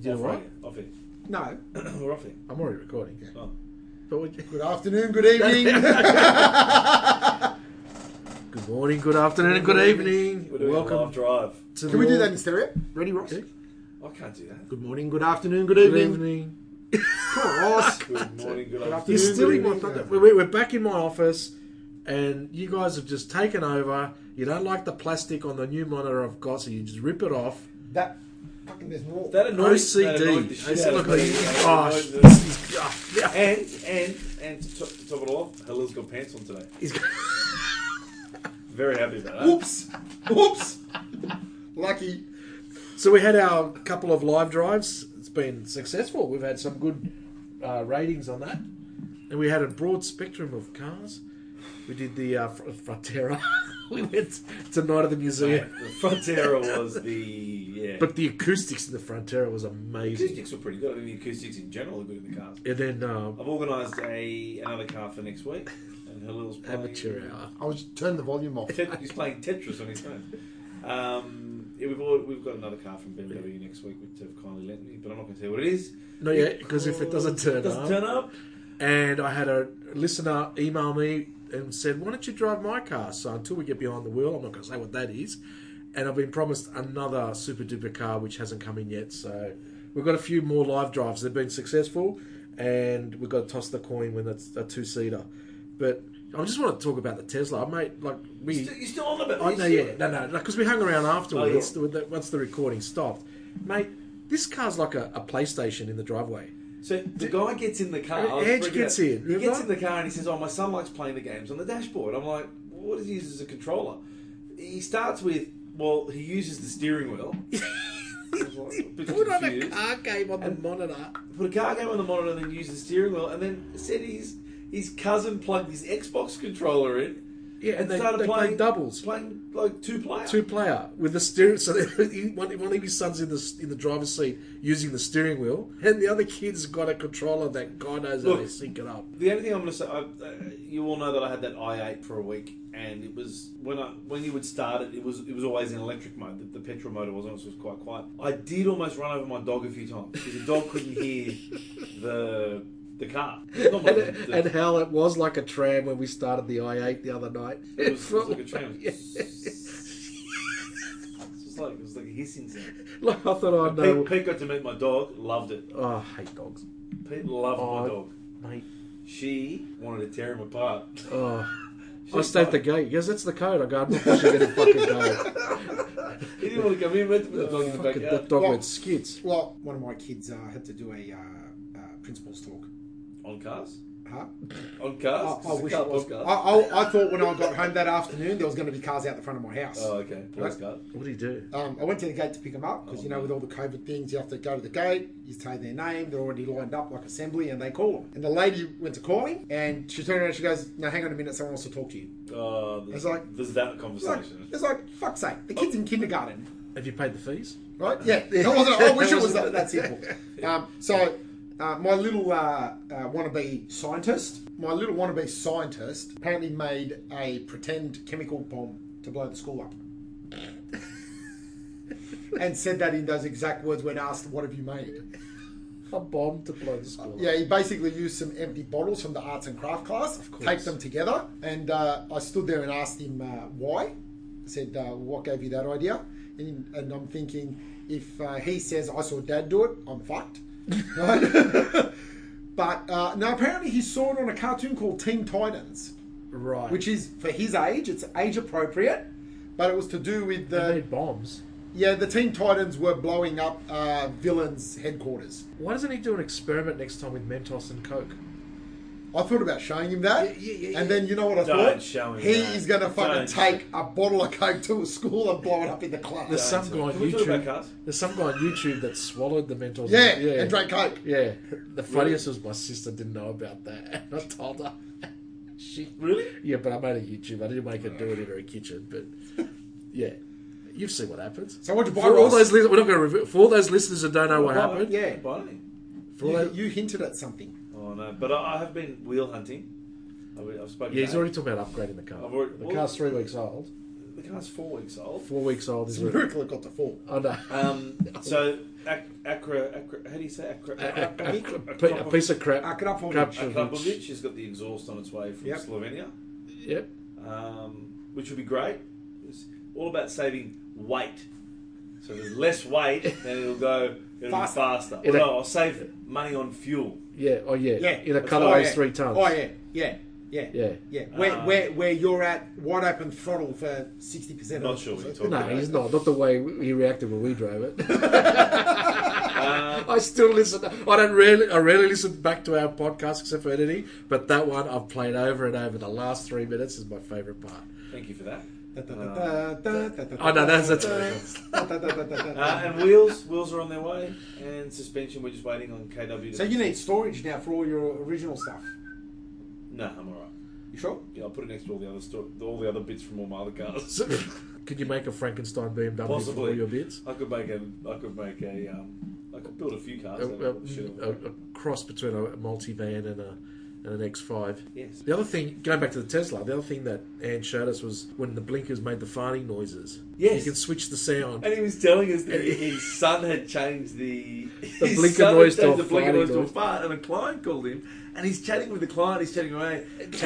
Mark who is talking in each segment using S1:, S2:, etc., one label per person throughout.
S1: did all right.
S2: Off it.
S3: No,
S2: We're off it.
S1: I'm already recording.
S2: Oh.
S1: But would you-
S3: good afternoon, good evening.
S1: Good morning, good afternoon, and good evening.
S2: We're doing Welcome. a live
S1: Welcome
S2: drive.
S1: to
S3: Can we do that in stereo?
S1: Ready, Ross?
S3: Yeah.
S2: I can't do that.
S3: Good morning, good afternoon, good
S1: Good
S3: evening.
S1: evening.
S3: Come on, Ross.
S2: Good morning, good
S3: Good
S1: You're
S2: afternoon.
S3: afternoon.
S1: still in my
S3: evening.
S1: thunder. We're, we're back in my office, and you guys have just taken over. You don't like the plastic on the new monitor I've got, so you just rip it off.
S3: that fucking there's more.
S2: That annoyed, That
S1: OCD.
S2: annoyed the
S1: I
S2: shit
S1: said,
S2: out
S1: look
S2: of
S1: at
S2: me.
S1: you.
S2: That
S1: Oh,
S2: annoyed the-
S1: this is- yeah.
S2: And, and, and to, top- to top it off, Helena's got pants on today.
S1: He's-
S2: Very happy about that.
S3: Whoops. Whoops. Lucky.
S1: So we had our couple of live drives. It's been successful. We've had some good uh, ratings on that, and we had a broad spectrum of cars. We did the uh, Fr- Frontera. we went to Night of the Museum,
S2: The Frontera was the, yeah.
S1: but the acoustics in the Frontera was
S2: the
S1: amazing.
S2: acoustics were pretty good. I mean, the acoustics in general are good in the cars.
S1: And then uh,
S2: I've organised a another car for next week. And Helena's playing...
S1: amateur hour.
S3: I was turning the volume off.
S2: Tet- he's playing Tetris on his phone. Um, yeah, we've, all, we've got another car from BMW next week, which have kindly lent me, but I'm not going to tell you what it is. Oh,
S1: No, yeah, because if it doesn't turn
S2: doesn't
S1: up,
S2: turn up,
S1: and I had a listener email me and said, "Why don't you drive my car?" So until we get behind the wheel, I'm not going to say what that is. And I've been promised another super duper car, which hasn't come in yet. So we've got a few more live drives. They've been successful, and we've got to toss the coin when it's a two seater. But I just want to talk about the Tesla, I mate. Like
S2: you
S1: we,
S2: st- you're still on about
S1: I know, yeah, Oh, no, no, because we hung around afterwards
S2: Oh,
S1: the- once the recording stopped, mate. This car's like a, a PlayStation in the driveway.
S2: So the guy gets in the car. I was
S1: Edge
S2: freaking
S1: gets
S2: out.
S1: in,
S2: He gets
S1: remember?
S2: in the car and he says, "Oh, my son likes playing the games on the dashboard." I'm like, "What does he use as a controller?" He starts with, "Well, he uses the steering wheel." I was like, a bit
S1: Put on a
S2: confused.
S1: car game on the monitor.
S2: Put a car game on the monitor and then use the steering wheel, and then said his his cousin plugged his Xbox controller in.
S1: Yeah, and they,
S2: started
S1: they
S2: playing
S1: played doubles,
S2: playing like two player.
S1: two player with the steering. So they- he- one, one of his sons in the in the driver's seat using the steering wheel, and the other kid's got a controller that God knows how they
S2: Look.
S1: sync it up.
S2: The only thing I'm going to say, I, uh, you all know that I had that i8 for a week, and it was when I when you would start it, it was it was always in electric mode. The, the petrol motor was on, so it was quite quiet. I did almost run over my dog a few times because the dog couldn't hear the the car. Not Oh my-
S1: And,
S2: the-
S1: and hell, it was like a tram when we started the i8 the other night.
S2: it, was, it was like a tram.
S1: Yeah.
S2: It was just like it was like a hissing sound.
S1: Like, I thought, I know.
S2: Pete, Pete got to meet my dog, loved it.
S1: Oh, I hate dogs,
S2: Pete loved
S1: Oh.
S2: my dog.
S1: mate.
S2: She wanted to tear him apart.
S1: Oh.
S2: She
S1: I stayed at the gate. He goes, that's the code. I go, I'm not pushing any fucking code.
S2: He didn't want to come in. We had to put the dog in the
S1: Fucking,
S2: backyard.
S1: that dog
S3: Well-
S1: went skits.
S3: Well, one of my kids uh, had to do a uh, uh, principal's talk.
S2: On cars?
S3: Huh?
S2: On cars?
S3: I, I
S2: This is a
S3: wish
S2: car
S3: it was. I,
S2: podcast.
S3: I, I thought when I got home that afternoon there was going to be cars out the front of my house.
S2: Oh, okay. Police car.
S1: What do you do?
S3: Um, I went to the gate to pick them up because you know with all the COVID things, you have to go to the gate. You say their name; they're already lined up like assembly, and they call them. And the lady went to call him, and she turned around. and She goes, "No, hang on a minute, someone wants to talk to you."
S2: Oh, there's,
S3: It's like-
S2: there's that
S3: It's like,
S2: conversation.
S3: it's like fuck's sake, the kid's in kindergarten,
S1: Have you paid the fees?
S3: right? Yeah, I, wasn't, oh, I wish it was that, that simple. Um, so, uh, my little uh, uh, wannabe scientist, my little wannabe scientist, apparently made a pretend chemical bomb to blow the school up. And said that in those exact words when asked, "What have you made?"
S1: A bomb to blow the school. up.
S3: Yeah, he basically used some empty bottles from the arts and craft class,
S1: course.
S3: taped them together, and uh, I stood there and asked him uh, why. I said, uh, "What gave you that idea?" And, and I'm thinking, if uh, he says I saw Dad do it, I'm fucked. Right? but uh, now apparently he saw it on a cartoon called Teen Titans,
S1: Right.
S3: which is for his age. It's age appropriate, but it was to do with
S1: They
S3: the
S1: made bombs.
S3: yeah the Teen Titans were blowing up uh, villains' headquarters.
S1: Why doesn't he do an experiment next time with Mentos and Coke?
S3: I thought about showing him that,
S1: Yeah, yeah, yeah,
S3: and then you know what I
S2: Don't
S3: thought?
S2: show him
S3: he
S2: that.
S3: is going to fucking
S2: Don't.
S3: take a bottle of coke to a school and blow it up in the class.
S1: There's some guy on
S2: Can we talk about
S1: YouTube.
S2: cars?
S1: There's some guy on YouTube that swallowed the Mentos.
S3: yeah, and drink coke.
S1: Yeah. The funniest was my sister didn't know about that, and I told her. she.
S2: Really?
S1: Yeah, but I made a YouTube. I didn't make her do it in her kitchen, but yeah, you've seen what happens.
S3: So what'd you buy,
S1: For all
S3: Ross?
S1: those, li- we're not going to review. For all those listeners that don't know what
S2: Well,
S1: happened,
S3: Yeah.
S2: Buy any.
S1: for all
S3: You,
S1: those-
S3: you hinted at something.
S2: Oh, no. But I, I have been wheel hunting. I've, I've spoken
S1: yeah, he's
S2: to-
S1: already talking about upgrading the car.
S2: I've already-
S1: the
S2: well-
S1: car's three weeks old.
S2: The car's four weeks old.
S1: Four weeks old
S3: It's
S1: is.
S3: a miracle it got to fall.
S1: I know.
S2: Um, so Ac- Acra, Acra, how do you say Acra?
S1: A, a- a-
S2: Akrapovic?
S1: a piece of crap.
S3: Akrapovic.
S1: Akrapovic.
S2: Akrapovic has got the exhaust on its way from
S3: Yep.
S2: Slovenia,
S1: Yep.
S2: um, which would be great. It's all about saving weight. So if there's less weight, then it'll go it'll
S3: Faster.
S2: faster. Be faster.
S1: It'll-
S2: no, I'll save money on fuel.
S1: Yeah. Oh yeah.
S3: Yeah.
S1: In a
S3: That's-
S1: cutaway
S3: oh, yeah.
S1: three tons.
S3: Oh yeah, yeah, yeah,
S1: Yeah.
S3: yeah. Where,
S2: Um,
S3: where, where you're at wide open throttle for sixty percent.
S2: Not sure what you're talking
S1: No,
S2: about.
S1: he's not. Not the way he reacted when we drove it.
S2: Um,
S1: I still listen. I don't really. I rarely listen back to our podcast except for editing. But that one I've played over and over. The last three minutes is my favourite part.
S2: thank you for that. Uh,
S1: Oh,
S3: Oh
S1: no, that's- that's-
S2: uh, and wheels, wheels are on their way, and suspension. We're just waiting on KW. To
S3: So you need storage now for all your original stuff.
S2: No, I'm all right.
S3: You sure?
S2: Yeah, I'll put it next to all the other sto- all the other bits from all my other cars.
S1: So, could you make a Frankenstein BMW for
S2: Possibly.
S1: all your bits?
S2: I could make a, I could make a, um, I could build a few cars.
S1: A,
S2: out of all the shit I've
S1: a-
S2: got.
S1: a cross between a multivan and a and an X5.
S2: yes.
S1: The other thing, going back to the Tesla, the other thing that Anne showed us was when the blinkers made the farting noises.
S2: Yes.
S1: You can switch the sound.
S2: And he was telling us that
S1: And he-
S2: his son had changed the,
S1: The
S2: his
S1: blinker
S2: son had
S1: noise to
S2: changed
S1: a
S2: the blinker
S1: farting
S2: noise to a
S1: noise.
S2: fart, and a client called him, and he's chatting with the client, he's chatting away, and he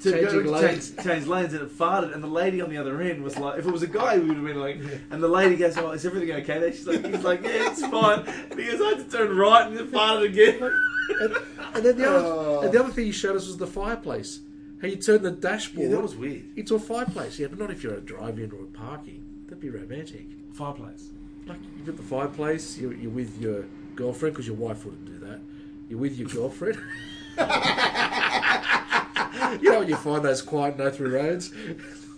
S2: to
S1: Changing
S2: go to
S1: lanes.
S2: Change, change lanes, and it farted, and the lady on the other end was like, if it was a guy, we would have been like, and the lady goes, oh, is everything okay there? She's like, he's like, yeah, it's fine. And he goes, I had to turn right, and it farted again.
S1: And, and then the other,
S3: Oh.
S1: and the other thing you showed us was the fireplace. How you turn the dashboard
S2: Yeah, that was weird.
S1: into a fireplace. Yeah, but not if you're at a drive-in or a parking. That'd be romantic.
S2: Fireplace.
S1: Like you've got the fireplace. You're, you're with your girlfriend because your wife wouldn't do that. You're with your girlfriend. you know when you find those quiet no through roads.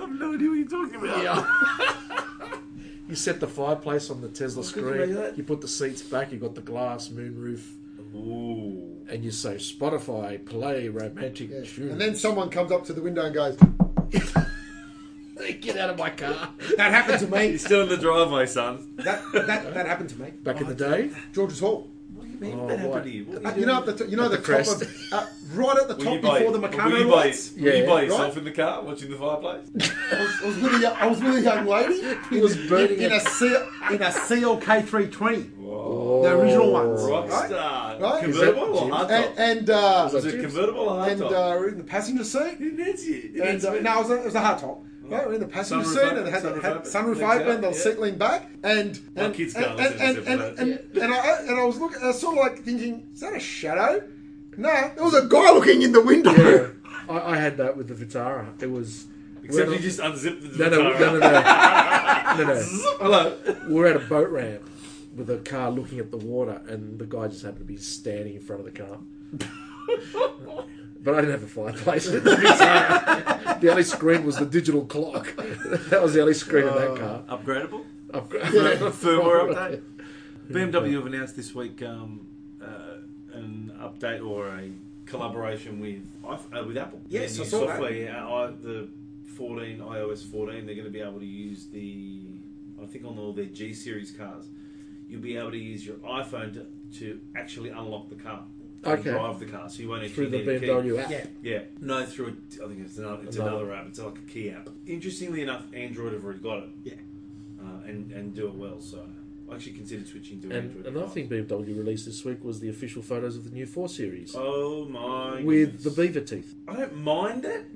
S2: I've no idea what you're talking about.
S1: you set the fireplace on the Tesla
S2: could you make
S1: screen.
S2: that?
S1: You put the seats back. You've got the glass moonroof,
S2: Ooh.
S1: and you say Spotify play romantic
S3: Yeah.
S1: tune.
S3: And then someone comes up to the window and goes,
S1: get out of my car.
S3: "That happened to me.
S2: He's still in the driveway, son.
S3: that, that that happened to me."
S1: Back in the day,
S3: George's Hall.
S2: What do you mean?
S1: Oh,
S2: that
S1: what?
S2: happened to you? What
S3: Uh,
S2: were
S3: you
S2: you
S3: know, at the t- you know
S1: At the
S3: the, top
S1: crest.
S3: of, uh, right at the top before the
S2: were
S3: Meccano
S2: you by,
S3: lights.
S2: were you
S1: Yeah,
S2: by
S1: right?
S2: yourself in the car watching the fireplace?
S3: I was, I was with a, yo- I was with a young lady.
S1: He was burning
S3: in
S1: it.
S3: a C, in a CLK 320,
S2: Whoa.
S3: the original ones, right?
S2: Rockstar.
S3: Right?
S2: Convertible
S1: Is that-
S2: or hardtop?
S3: And, and uh,
S2: Was it convertible or
S3: and
S2: hardtop?
S3: uh, we're in the passenger seat.
S2: It is you. It
S3: And
S2: is
S3: uh,
S2: you.
S3: no, it was, a, it was a hard top. Right, we're in the passenger
S2: Sunroof
S3: seat
S2: open,
S3: and it had,
S2: sunroof
S3: had
S2: open,
S3: sunroof
S2: legs
S3: open,
S2: out,
S3: the
S2: yeah.
S3: seat leaned back, and
S2: My
S3: and
S2: kids
S3: and
S2: can't
S3: and
S2: listen
S3: and,
S2: to
S3: and,
S2: that.
S3: and, and I and I was looking, I was sort of like thinking, is that a shadow? No, there was a guy looking in the window.
S1: yeah, Oh. I, I had that with the Vitara. It was
S2: Except
S1: we're
S2: you
S1: not-
S2: just unzipped the
S1: No, no,
S2: guitar.
S1: no, no, no. no, no.
S2: Hello.
S1: We're at a boat ramp with a car looking at the water, and the guy just happened to be standing in front of the car. but I didn't have a fireplace. the only screen was the digital clock. that was the only screen in
S3: Oh.
S1: that car.
S2: Upgradable?
S1: I've
S2: Firmware update? BMW have announced this week um, uh, an update or a collaboration with iPh- uh, with Apple.
S3: Yes,
S2: Their
S3: I
S2: new
S3: saw that.
S2: software, yeah, I, the 14 iOS 14, they're going to be able to use the I think on all their G series cars, you'll be able to use your iPhone to, to actually unlock the car. and
S1: Okay.
S2: Drive the car, so you won't
S1: Through
S2: actually
S1: the
S2: need a key.
S1: BMW app.
S3: Yeah.
S2: Yeah, no, through a, I think it's another, it's
S1: Another.
S2: another. app. It's like a key app. Interestingly enough, Android have already got it.
S3: Yeah.
S2: uh, and and do it well. So I actually considered switching to
S1: And
S2: Android.
S1: another thing BMW released this week was the official photos of the new 4 Series
S2: Oh my!
S1: with the
S2: goodness.
S1: beaver teeth.
S2: I don't mind it,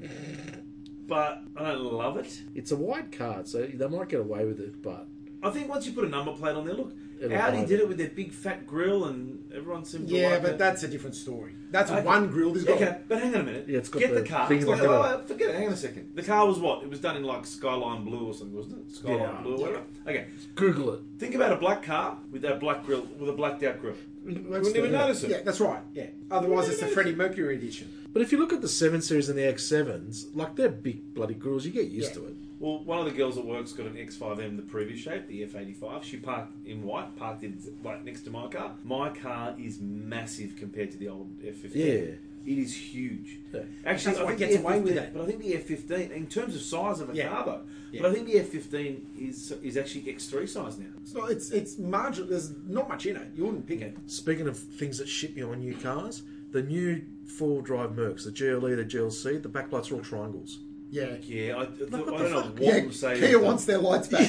S2: but I don't love it.
S1: It's a wide card, so they might get away with it, but
S2: I think once you put a number plate on there, look,
S1: It'll
S2: Audi
S1: hide
S2: did
S1: it.
S2: it with their big fat grill, and everyone seemed to
S3: Yeah,
S2: like
S3: but
S2: it.
S3: that's a different story. That's
S2: Okay.
S3: one grill. This guy.
S2: Okay, but hang on a minute.
S1: Yeah, it's got
S2: Get
S1: the
S2: the, car.
S1: thing in the
S2: Look,
S1: middle.
S2: oh, forget it. Hang on a second. The car was what? It was done in like skyline blue or something, wasn't it? Skyline
S1: Yeah.
S2: blue. Or whatever. Okay.
S1: Google it.
S2: Think about a black car with that black grill, with a blacked out grill.
S1: You
S2: wouldn't even notice it.
S3: Yeah, that's right. Yeah. Otherwise, it's the Freddie Mercury edition.
S1: But if you look at the 7 Series and the X7s, like they're big bloody grills, you get used
S3: Yeah.
S1: to it.
S2: Well, one of the girls at work's got an X5M, the previous shape, the F85. She parked in white, parked in like next to my car. My car is massive compared to the old F15.
S1: Yeah.
S2: It is huge.
S1: Yeah.
S2: Actually,
S3: That's
S2: I
S3: why
S2: think
S3: it gets
S2: the
S3: away with
S2: F15
S3: it.
S2: But I think the F15, in terms of size of a
S3: Yeah.
S2: car, though,
S3: Yeah.
S2: but I think the F15 is is actually X3 size now.
S3: It's not. It's it's marginal. There's not much in it. You wouldn't pick it.
S1: Speaking of things that ship you on new E, cars, the new four-wheel drive Mercs, the GLE, the GLC, the backlights are all triangles.
S3: Yeah.
S2: Yeah, I, I, thought-
S1: what the
S2: I don't know
S1: fuck?
S2: what
S3: yeah,
S2: I'm saying.
S3: Kia wants their lights back.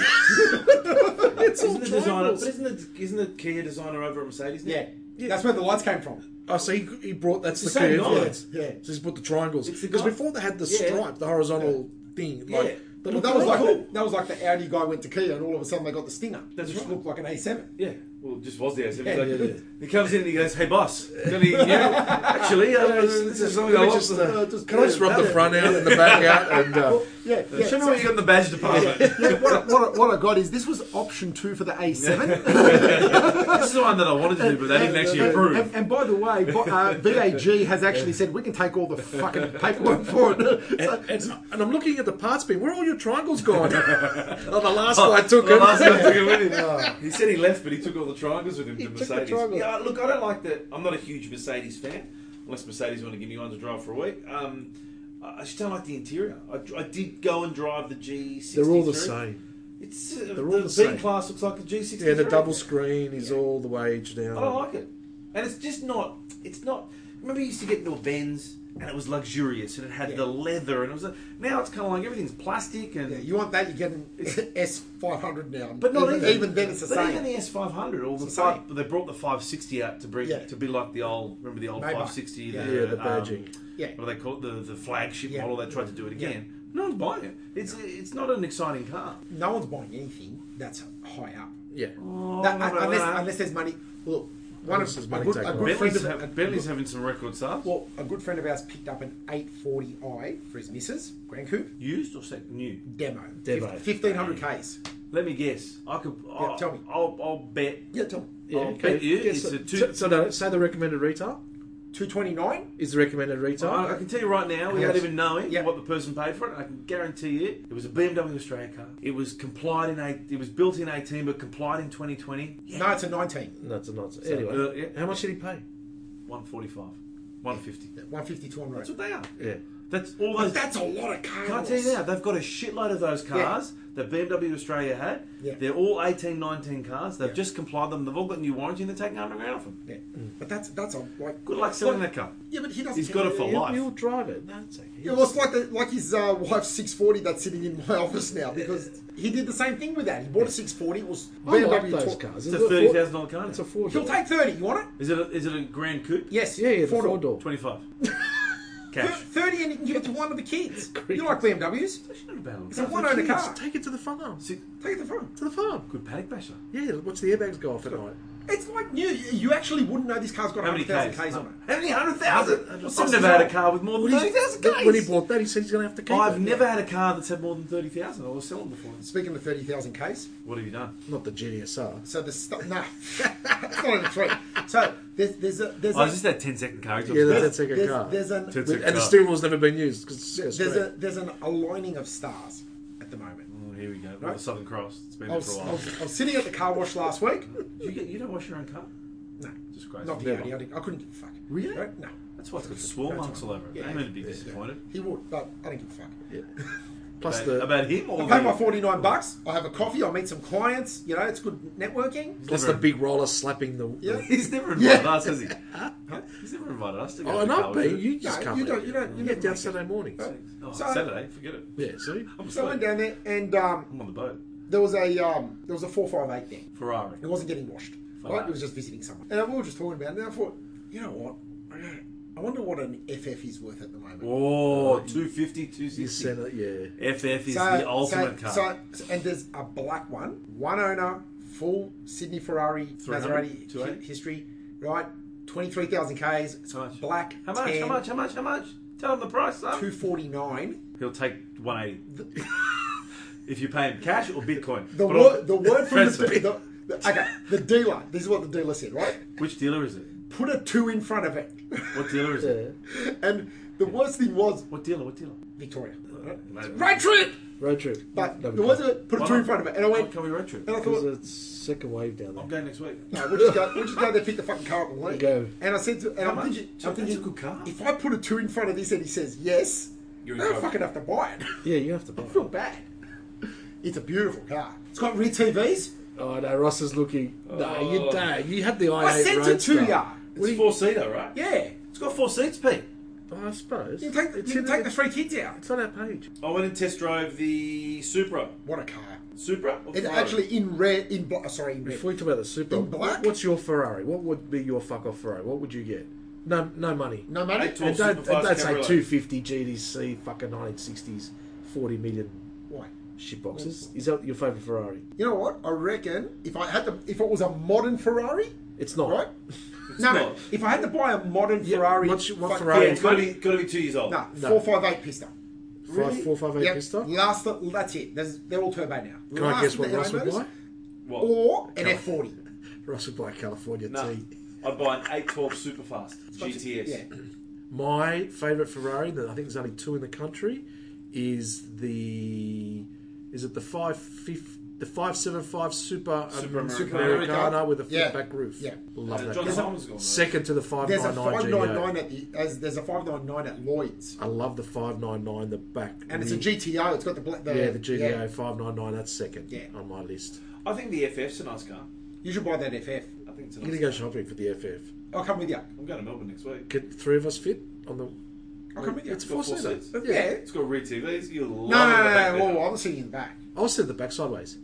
S1: it's all
S2: Isn't the designer?
S1: tribals.
S2: But isn't the isn't the Kia designer over at Mercedes? now?
S3: yeah. That's where the lights came from.
S1: Oh, so he, he brought that's
S2: It's
S1: the,
S2: the same
S1: curve.
S2: knives.
S1: Yeah.
S3: Yeah.
S1: So he's put the triangles
S2: It's the
S1: because
S2: guy-
S1: before they had the
S2: Yeah.
S1: stripe, the horizontal thing. Like,
S2: Yeah.
S1: they
S3: Well,
S1: looked
S3: that was
S1: like
S3: like
S1: cool.
S3: that was like the Audi guy went to Kia, and all of a sudden they got the Stinger,
S2: That's
S3: which
S2: right.
S3: looked like an A7.
S2: Yeah, well, it just was the A7.
S3: Yeah,
S2: Like,
S3: yeah, yeah.
S2: He comes in and he goes, "Hey, boss." Don't he, yeah, actually, I don't, this is something I
S1: Can I
S2: want.
S1: just, uh,
S2: Uh, just-
S1: can I just rub the
S2: yeah.
S1: front out and the back out and uh,
S3: Yeah, yeah.
S2: Show me
S3: so-
S2: what you got in the badge department.
S3: yeah, what, I, what, I, what I got is this was option two for the A7.
S2: this is the one that I wanted to do, but they didn't actually approve.
S3: And, and by the way, bo- uh, VAG has actually said we can take all the fucking paperwork for it. So-
S1: and, and, and I'm looking at the parts bin. Where are all your triangles gone? oh, the last guy took
S2: The
S1: it.
S2: last guy took it with him. He said he left, but he took all the triangles with him to
S1: took the
S2: Mercedes.
S1: triangles.
S2: yeah, look, I don't like that. I'm not a huge Mercedes fan, unless Mercedes want to give me one to drive for a week. Um, I I just don't like the interior. I, I did go and drive the G63.
S1: They're all the same.
S2: It's uh,
S1: They're all
S2: the,
S1: the same.
S2: B class looks like a G63.
S1: Yeah, the double screen is all the wage down.
S2: I don't
S3: Oh,
S2: like it, and it's just not. It's not. Remember, you used to get little Benz, and it was luxurious, and it had
S3: Yeah.
S2: the leather, and it was. A, now it's kind of like everything's plastic, and
S3: Yeah, you want that? You get an S500 now,
S2: But not
S3: even,
S2: even,
S3: even then, it's the
S2: but
S3: same.
S2: Even the S five hundred, all the,
S3: It's the
S2: five,
S3: same.
S2: but they brought the five sixty out to bring
S3: Yeah.
S2: to be like the old. Remember the old
S3: Maybach.
S2: five sixty?
S3: Yeah.
S1: Yeah, the badging.
S3: Yeah.
S2: What do they call it? The the flagship
S3: Yeah.
S2: model. They tried to do it again. No one's buying it. It's it's not an exciting car.
S3: no one's buying anything that's high up.
S1: Yeah.
S2: Oh,
S3: That-
S2: no, no, no,
S3: unless,
S2: no.
S3: unless there's money. Look, one
S1: Unless
S3: of
S1: there's
S3: a
S1: money
S3: good,
S1: taken
S3: a
S1: off.
S3: good friend
S2: Bentley's,
S3: of a
S2: have,
S3: good-
S2: Bentley's having some record sales.
S3: well, a good friend of ours picked up an 840i for his missus, Grand Coupe
S2: Used or sec- new?
S3: demo,
S1: Demo.
S3: fifteen hundred k's.
S2: Let me guess. I could. I'll,
S3: tell me.
S2: I'll, I'll bet.
S3: Yeah, Tom.
S1: Yeah,
S2: I'll bet you
S1: Yeah,
S2: it's
S1: so,
S2: a two.
S1: so, so the, say the recommended retail
S3: Two twenty nine.
S1: is the recommended retail.
S2: I, I can tell you right now, without
S3: Yes.
S2: even knowing
S3: Yeah.
S2: what the person paid for it, and I can guarantee you, it was a BMW Australia car. It was complied in eight. It was built in eighteen, but complied in twenty twenty.
S3: No, it's a nineteen.
S1: No, it's a nonsense.
S2: So,
S1: Anyway,
S2: uh, yeah.
S1: how much did he pay?
S2: One forty five, one fifty.
S3: One fifty two on road.
S2: That's what they are.
S1: Yeah.
S2: That's all
S3: But
S2: those.
S3: that's a lot of cars.
S2: Can I tell you now? They've got a shitload of those cars that BMW Australia had.
S3: Yeah.
S2: They're all 18, 19 cars. They've
S3: Yeah.
S2: just complied them. They've all got new warranty and they're taking 100 grand off them.
S3: Yeah. But that's that's a like.
S2: Good luck selling that car.
S3: Yeah, but he doesn't.
S2: He's got it for
S1: He'll-
S2: life.
S1: He'll drive it. That's okay.
S3: It was like the, like his uh, wife's 640 that's sitting in my office now because he did the same thing with that. He bought a 640. It was
S1: I like
S3: BMW
S1: those
S3: tw-
S1: cars.
S2: It's a
S1: Is it
S2: thirty
S1: Ford-
S2: thousand dollar car.
S1: It's a four.
S3: He'll take 30. You want it?
S2: Is it? A, is it a grand coupe?
S3: Yes.
S1: Yeah, yeah, the
S3: Four-door.
S1: four door.
S2: Twenty five.
S3: Thir-
S2: Cash.
S3: 30 and you can give it to one of the kids.
S1: Great.
S3: You like BMWs?
S2: It's not a bad one.
S3: It's a one owner car.
S1: Take it to the farm.
S2: See,
S3: Take it to the front.
S1: To the farm.
S2: good panic basher.
S1: Yeah, watch the airbags go off at night.
S3: It's like new. You actually wouldn't know this car's got
S2: How many
S3: 100,000
S2: Ks?
S3: Ks on it.
S2: How many hundred thousand?
S3: Hundred-
S2: I've never had a car with more than
S1: When
S2: thirty
S1: he-
S2: thousand
S1: when he bought that, he said he's going to have to keep
S2: I've
S1: it.
S2: never had a car that's had more than thirty thousand. I was selling before.
S3: Speaking of 30,000 Ks,
S2: What have you done?
S1: Not the GDSR.
S3: so the stuff. Nah. it's not even true. So there's, there's a. There's
S2: Oh,
S3: a
S2: is this that 10 second car?
S1: Yeah, that's,
S2: There's-
S1: that's like a
S3: there's,
S1: car.
S3: there's an
S2: Ten
S1: With-
S2: a
S1: and the
S2: car.
S1: steering wheel's never been used because it's
S3: there's a
S1: straight.
S3: there's an aligning of stars at the moment.
S2: Oh, here we go. Well,
S3: Right.
S2: The Southern Cross. It's been
S3: I
S2: there for a
S3: was, I,
S2: while.
S3: was, I was sitting at the car wash last week.
S2: You, get, you don't wash your own car?
S3: No,
S2: Just crazy.
S3: not the
S2: Never.
S3: Audi. I, didn't- I couldn't give a fuck.
S1: Really?
S3: Right? No,
S2: That's why it's got swarm
S3: That's
S2: marks all over it.
S3: Yeah.
S2: I'm going to be disappointed.
S3: he would, but I don't give a fuck.
S1: Plus
S2: About,
S1: the
S2: about him or
S3: I pay
S2: the-
S3: my forty nine bucks. I have a coffee. I meet some clients. You know, it's good networking.
S1: plus the
S2: never-
S1: big roller slapping the.
S3: Yeah.
S2: He's never
S3: Yeah.
S2: invited us, has he? He's never invited us to go.
S1: Oh,
S2: to
S1: and
S2: the
S1: I've
S2: car
S1: been.
S2: with
S1: You just
S3: No,
S1: come.
S3: you don't. You don't. You
S1: You get
S3: never
S1: down
S3: make it.
S1: Saturday mornings.
S2: Oh,
S3: So-
S2: Saturday, forget it.
S1: Yeah, see?
S2: I'm
S3: So I went
S2: asleep.
S3: down there, and um,
S2: I'm on the boat.
S3: there was a um, there was a four five eight there.
S2: Ferrari.
S3: It wasn't getting washed. Right? It was just visiting someone. And we were just talking about it. And I thought, you know what? I go, I wonder what an FF is worth at the moment.
S2: Oh, 250,
S1: You
S2: 260.
S1: said it, yeah.
S2: FF is the ultimate
S3: so,
S2: car.
S3: so- and there's a black one, one owner, full Sydney Ferrari
S2: 300,
S3: Maserati
S2: 280?
S3: hi- history, right? Twenty-three thousand k's. It's
S2: How much?
S3: black.
S2: how much? How much? How much? How much? Tell him the price, son.
S3: Two forty-nine.
S2: He'll take 180. if you pay him cash or Bitcoin.
S3: The
S2: But I'll-
S3: word, the word from the,
S2: Transfer.
S3: the, the okay. The dealer. This is what the dealer said, right?
S2: Which dealer is it?
S3: Put a two in front of it,
S2: What dealer is it?
S3: and the worst thing was
S2: What dealer? What dealer?
S3: Victoria.
S2: Right.
S3: Right trip.
S1: Road trip.
S3: But
S1: No,
S3: the
S1: we
S3: worst of it, put a
S2: Why
S3: two in
S2: not?
S3: front of it, and I
S2: What
S3: went.
S2: can we road trip?
S3: And I
S1: can't.
S3: thought,
S1: 'Cause it's second wave down there.
S2: I'm going next week.
S3: No, we'll just go. We'll just go there, pick the fucking car up and leave.
S1: Go.
S3: And I said, to, and
S2: How
S3: I'm
S2: much?
S3: thinking,
S2: So
S3: I'm
S2: that's
S3: thinking,
S2: a good car.
S3: If I put a two in front of this and he says yes,
S2: You're in
S3: I don't
S2: trouble.
S3: fucking have to buy it.
S1: Yeah, you have to buy
S3: I
S1: it.
S3: feel bad. It's a beautiful car. It's got rear TVs.
S1: Oh no, Ross is looking. No, you
S2: Oh.
S1: don't. You had the i8
S3: I sent it to
S1: Roadster.
S3: ya.
S1: What do
S2: It's
S1: you-
S2: four seater, right?
S3: Yeah.
S2: It's got four seats, Pete.
S1: I suppose.
S4: You can take,
S1: It's
S4: you can
S1: in-
S4: take the three kids out.
S1: It's on our page.
S2: I went and test drove the Supra.
S3: What a car!
S2: Supra? or
S3: It
S2: Ferrari?
S3: actually in red, in bla- sorry, in red.
S1: Before we talk about the Super,
S3: In black?
S1: what's your Ferrari? What would be your fuck off Ferrari? What would you get? No, no money.
S3: No money.
S2: Eight to-
S1: And don't, and
S2: Superfast
S1: don't say
S2: Cabriolet.
S1: 250 GDC fucking 1960s, 40 million
S3: Why?
S1: shit boxes. Is that your favourite Ferrari?
S3: You know what? I reckon if I had to, if it was a modern Ferrari,
S1: It's not.
S3: right? no, no.
S2: not.
S3: If I had to buy a modern
S1: Yeah,
S3: Ferrari,
S1: what's- what
S3: fuck,
S2: Yeah,
S1: Ferrari-
S2: it's got to be, gotta be two years old.
S3: Nah,
S1: No.
S3: four five eight pista.
S1: Five, four, five, eight
S3: Yep,
S1: pista?
S3: last. That's it. There's, they're all turbo now.
S1: Can
S3: Last
S1: I guess
S3: of
S1: what
S3: the
S1: Ross would
S3: Elmos,
S1: buy?
S2: What?
S3: Or an F forty.
S1: Ross would buy a California
S2: Nah.
S1: T.
S2: I'd buy an 812 Superfast GTS.
S3: Yeah.
S1: My favourite Ferrari, that I think there's only two in the country, is the is it the five fifth the five seven five Super,
S2: Super
S1: um,
S2: Americano.
S1: Americana with a
S3: Yeah.
S1: flip back roof.
S3: Yeah.
S1: love
S2: Uh,
S1: that.
S2: John
S1: car.
S2: Simon's gone.
S1: Second to the five
S3: There's a
S1: nine
S3: five nine nine
S1: nine
S3: at the. As, there's a five nine nine at Lloyd's,
S1: I love the five nine nine. The back
S3: and it's a
S1: rear-
S3: GTO. It's got the bla- the
S1: Mm-hmm. yeah the GDA
S3: yeah.
S1: five nine nine. That's second
S3: Yeah.
S1: on my list.
S2: I think the FF's a nice car.
S3: You should buy that FF.
S2: I think it's a
S1: I'm gonna
S2: nice
S1: go shopping for the FF.
S3: I'll come with you.
S2: I'm going to Melbourne next week.
S1: Could three of us fit on the?
S3: I'll come with you.
S1: It's four
S2: four
S1: seater.
S2: seats.
S3: yeah.
S2: It's got rear TVs. You'll love
S3: No, no,
S2: it
S3: no,
S2: back
S3: no.
S2: there.
S3: Well, I'm sitting in the back.
S1: I'll sit the back sideways.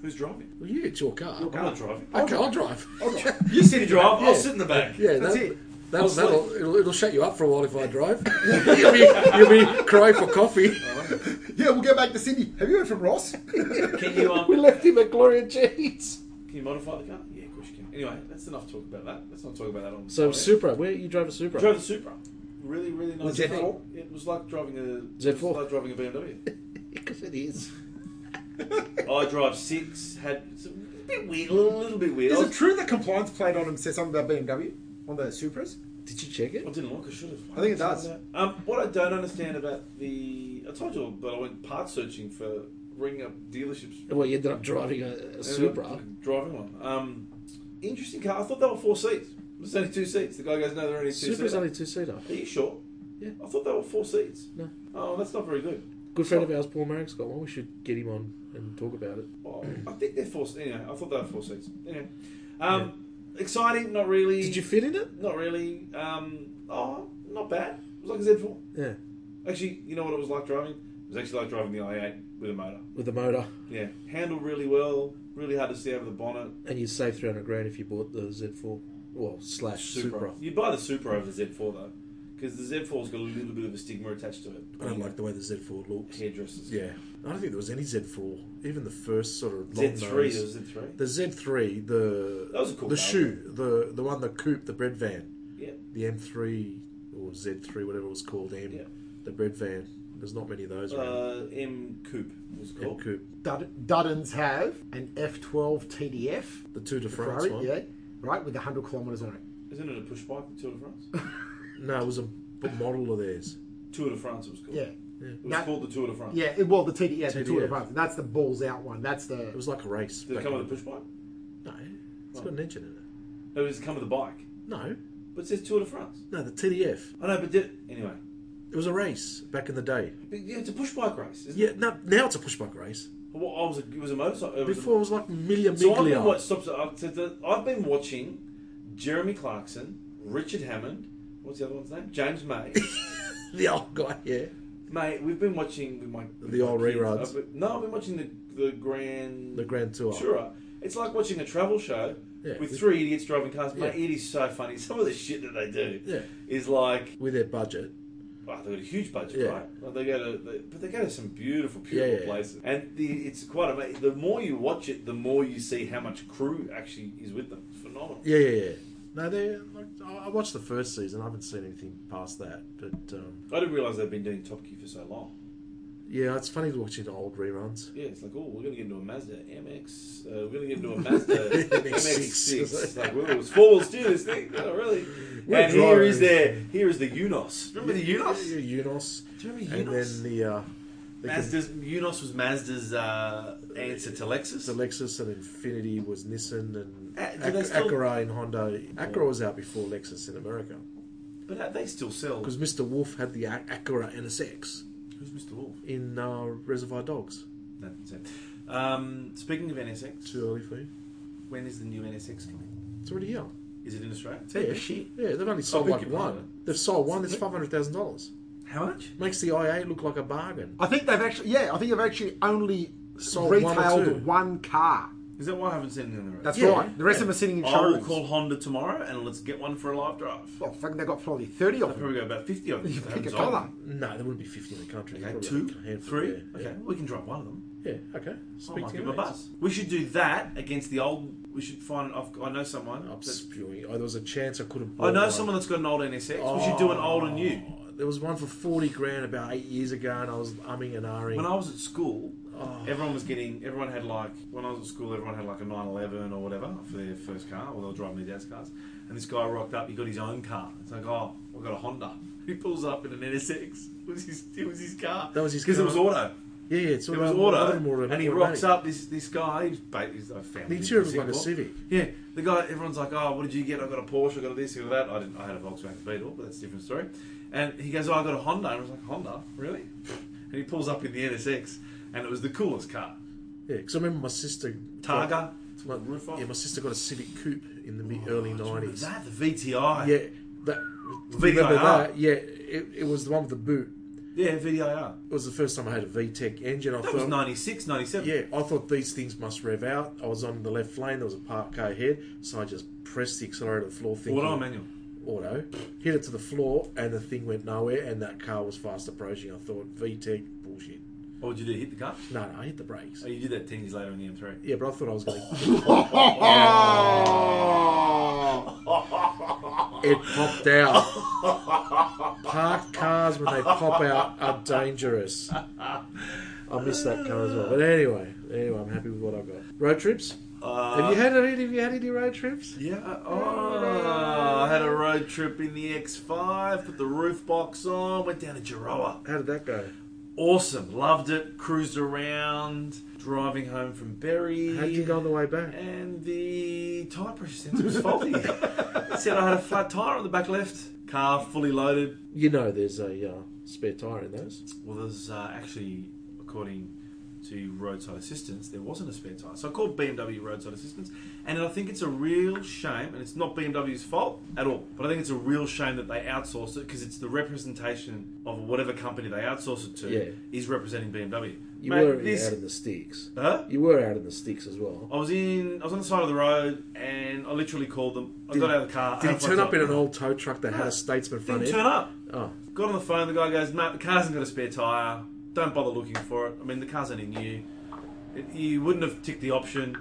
S2: Who's driving?
S1: Well, you it's your car.
S2: I'm not driving.
S3: Oh.
S1: Okay, I'll drive.
S3: I'll drive.
S2: You sit in the drive.
S1: Yeah.
S2: I'll sit in the back.
S1: Yeah,
S3: That's
S1: that,
S3: it.
S1: That'll,
S2: I'll
S1: that'll it'll, it'll shut you up for a while if I drive. you'll, be, you'll be crying for coffee.
S3: Yeah, we'll go back to Sydney. Have you heard from Ross?
S2: Can you um,
S1: We
S2: can
S1: left him at Gloria Jeans.
S2: you modify the car? Yeah, of course you can. Anyway, that's enough talk about that. Let's not talk about that on.
S1: So
S2: on air.
S1: Supra, where you drove a Supra?
S2: drove the Supra. Really, really nice.
S3: Was it
S2: car.
S3: Z4?
S2: It was like driving a
S1: Z4.
S2: It was like driving a BMW.
S1: Because it is.
S2: I drive six. Had it's a bit weird. A little, little bit weird.
S3: Is
S2: I,
S3: it
S2: was,
S3: true the compliance plate on him says something about BMW on the Supras?
S1: Did you check
S2: I
S1: it?
S2: didn't look. I should have.
S3: I think it does.
S2: Um, what I don't understand about the, I told you, but I went part searching for ringing up dealerships
S1: Well, you ended up driving a, a Supra.
S2: Driving one. Um, interesting car. I thought they were four seats. There's only two seats. The guy goes, no, they're only two
S1: Supra's
S2: seats.
S1: only two seater.
S2: Are you sure?
S1: Yeah.
S2: I thought they were four seats.
S1: No.
S2: Oh, that's not very good.
S1: Good friend of ours, Paul Merrick's got one. We should get him on and talk about it.
S2: Oh, I think they're four. Anyway, I thought they were four seats. Anyway, um, exciting. Not really.
S1: Did you fit in it?
S2: Not really. Um, oh, not bad. It was like a Z4.
S1: Yeah,
S2: Actually, you know what it was like driving? It was actually like driving the i8 with a motor.
S1: with the motor.
S2: Yeah, handled really well. Really hard to see over the bonnet.
S1: And you'd save 300 grand if you bought the Z4, well, slash Supra.
S2: You'd buy the Supra over the Z4 though, because the Z4's got a little bit of a stigma attached to it.
S1: I don't like the way the Z4 looks.
S2: hairdressers.
S1: Yeah. I don't think there was any Z4, even the first sort of long
S2: Z3, there
S1: nose.
S2: was Z3.
S1: The Z3, the
S2: That was a cool
S1: the
S2: car.
S1: shoe, the the one, the coupe, the bread van,
S2: Yeah.
S1: the M3 or Z3, whatever it was called, M,
S2: Yeah.
S1: the bread van. There's not many of those around.
S2: Uh, M Coupe was
S1: M
S2: called.
S1: coupe,
S3: Dud- Duddons have an F12 TDF
S1: the Tour de France
S3: Ferrari,
S1: one.
S3: yeah, right, with 100 kilometers on it.
S2: Isn't it a push bike? Tour de France.
S1: No, it was a b- model of theirs.
S2: Tour de France it was called.
S3: Yeah,
S2: It was
S3: That-
S2: called the Tour de France.
S3: yeah. It, well, the TDF, the Tour de
S1: TDF.
S3: France. That's the balls out one. That's
S1: It
S3: the
S1: was like a race.
S2: Did it
S1: back
S2: come
S1: in
S2: with a push bike?
S1: the- No, it's got an engine in it.
S2: No, it was come with a bike.
S1: No,
S2: But it says Tour de France.
S1: no, the TDF.
S2: I know, but did anyway.
S1: It was a race back in the day.
S2: But, yeah, it's a push bike race. Isn't
S1: Yeah, no, now it's a pushbike race.
S2: It? Well, I was a, it was a motorcycle. Oh, It was a-
S1: Before it was like Miglia Miglia.
S2: so I've been, watch, stop, stop, so the- I've been watching Jeremy Clarkson, Richard Hammond. What's the other one's name? James May.
S1: the old guy, yeah.
S2: Mate, we've been watching with my with
S1: The
S2: my
S1: old
S2: kids.
S1: reruns.
S2: I've been- no, I've been watching the the Grand
S1: The Grand Tour.
S2: Tour. It's like watching a travel show
S1: Yeah.
S2: with three idiots driving cars. Mate,
S1: Yeah.
S2: it is so funny. Some of the shit that they do
S1: Yeah.
S2: is like
S1: With their budget.
S2: oh, they've got a huge budget,
S1: Yeah.
S2: right? Like they go to, they, but they go to some beautiful, beautiful
S1: yeah.
S2: places, and the, it's quite amazing. The more you watch it, the more you see how much crew actually is with them. It's phenomenal.
S1: Yeah, yeah, yeah. No, they. Like, I- I watched the first season. I haven't seen anything past that. But um,
S2: I didn't realize they've been doing Top Gear for so long.
S1: yeah, it's funny watching old reruns.
S2: Yeah, it's like, oh, we're going to get into a Mazda MX. Uh, we're going to get into a Mazda MX6. It's like, well, it was four wheels steer this thing. Oh, really?
S1: We're
S2: and here
S1: driving.
S2: is their, here is the Unos. Remember the Unos?
S1: Yeah, yeah, Unos.
S2: Do you remember
S1: And
S2: Unos?
S1: then the uh, the,
S2: Mazda's, Unos was Mazda's uh, answer to
S1: the
S2: Lexus.
S1: Lexus and Infinity was Nissan and
S2: Uh, do
S1: Ac-
S2: they still-
S1: Acura and Honda. Acura was out before Lexus in America
S2: But uh, they still sell.
S1: because Mr. Wolf had the Ac- Acura NSX
S2: Who's Mr. Wolf?
S1: in uh, Reservoir Dogs.
S2: No, that's it. Um, speaking of NSX,
S1: Too early for you.
S2: when is the new NSX coming?
S1: It's already here.
S2: Is Oh, it in Australia?
S1: Yeah,
S4: shit.
S1: yeah, they've only sold
S2: beg
S1: like
S2: your
S1: one.
S2: pardon.
S1: They've sold one. It's five hundred thousand dollars.
S2: How much?
S1: Makes the IA look like a bargain.
S4: I think they've actually, yeah, I think they've actually only
S1: Sold one or
S4: retailed
S1: two.
S4: one, car.
S2: Is that why I haven't seen it in the rest?
S4: That's
S1: Yeah, Oh,
S4: right. The rest of them are sitting in
S2: I will
S4: showrooms.
S2: call Honda tomorrow and let's get one for a live drive.
S4: Well, fucking, they got probably thirty of
S2: I've
S4: them.
S2: probably got about 50 of them. They
S4: Pick a
S2: haven't sold
S4: colour.
S2: them.
S1: No, there wouldn't be fifty in the country.
S2: Okay,
S1: Probably
S2: two,
S1: like a handful,
S2: three.
S1: yeah,
S2: okay, we can drive one of them.
S1: Yeah, yeah, okay.
S2: I might
S1: to
S2: give
S1: your
S2: them a
S1: mates.
S2: buzz. We should do that against the old. We should find. I've, I know someone.
S1: I'm
S2: that-
S1: spewing. Oh, there was a chance I could have.
S2: I
S1: bought
S2: know
S1: one. Oh.
S2: someone that's got an old NSX. We should do an old and new.
S1: There was one for forty grand about eight years ago, and I was umming and ahhing.
S2: When I was at school,
S1: Oh.
S2: everyone was getting. Everyone had like. When I was at school, everyone had like a 911 or whatever for their first car, or they were driving their dad's cars. And this guy rocked up. He got his own car. It's like, oh, I got a Honda. He pulls up in an NSX. It was his. It was his car.
S1: That was his
S2: Because it
S1: car.
S2: was auto.
S1: yeah, yeah, it's all
S2: It was
S1: about- all about
S2: auto,
S1: more-
S2: and he
S1: more
S2: rocks
S1: money.
S2: up. This this guy, he's ba- he's a family.
S1: The interior was like a
S2: Singapore.
S1: Civic.
S2: Yeah, the guy. Everyone's like, "Oh, what did you get? I got a Porsche. I got a this. I got that. I didn't. I had a Volkswagen Beetle, but that's a different story." And he goes, "Oh, I got a Honda." And I was like, "Honda, really?" And he pulls up in the NSX, and it was the coolest car.
S1: Yeah, because I remember my sister
S2: Targa, it's
S1: My,
S2: got the roof off.
S1: yeah, my sister got a Civic Coupe in the mid early
S2: Do you remember
S1: nineties.
S2: That the VTI.
S1: Yeah, that
S2: VIR.
S1: remember that? Yeah, it, it was the one with the boot.
S2: yeah, VTIR.
S1: It was the first time I had a VTEC engine. I
S2: That
S1: thought,
S2: was 96, 97.
S1: Um, yeah, I thought these things must rev out. I was on the left lane. There was a parked car ahead, so I just pressed the accelerator to the floor, thinking
S2: Auto manual.
S1: auto, hit it to the floor, and the thing went nowhere. And that car was fast approaching. I thought VTEC bullshit.
S2: What would Oh, you do? Hit the car?
S1: No, no, I hit the brakes.
S2: Oh, you did that ten years later in the M3.
S1: Yeah, but I thought I was going. to...
S4: Oh,
S1: It popped out. Parked cars when they pop out are dangerous. I miss that car as well. But anyway, anyway, I'm happy with what I've got. Road trips.
S2: Uh,
S1: have you had any? Have you had any road trips?
S2: Yeah. Oh, I had a road trip in the X5, put the roof box on, went down to Jarawa.
S1: How did that go?
S2: Awesome. Loved it. Cruised around, driving home from Berry.
S1: How did you go on the way back?
S2: And the tyre pressure sensor was faulty. it said I had a flat tyre on the back left. Car fully loaded.
S1: You know, there's a uh, spare tire in those.
S2: Well, there's uh, actually, according to roadside assistance, there wasn't a spare tyre. So I called BMW roadside assistance, and I think it's a real shame, and it's not BMW's fault at all, but I think it's a real shame that they outsourced it because it's the representation of whatever company they outsource it to
S1: Yeah.
S2: is representing BMW.
S1: You
S2: Mate,
S1: were
S2: this-
S1: out in the sticks.
S2: Huh?
S1: You were out in the sticks as well.
S2: I was in. I was on the side of the road, and I literally called them. I got out of the car.
S1: Did
S2: out
S1: he
S2: of my
S1: turn up in
S2: car.
S1: an old tow truck that had a Statesman front
S2: Didn't
S1: end?
S2: turn up.
S1: Oh,
S2: Got on the phone, the guy goes, Matt, the car hasn't got a spare tyre. Don't bother looking for it. I mean, the car's only new. It, you wouldn't have ticked the option.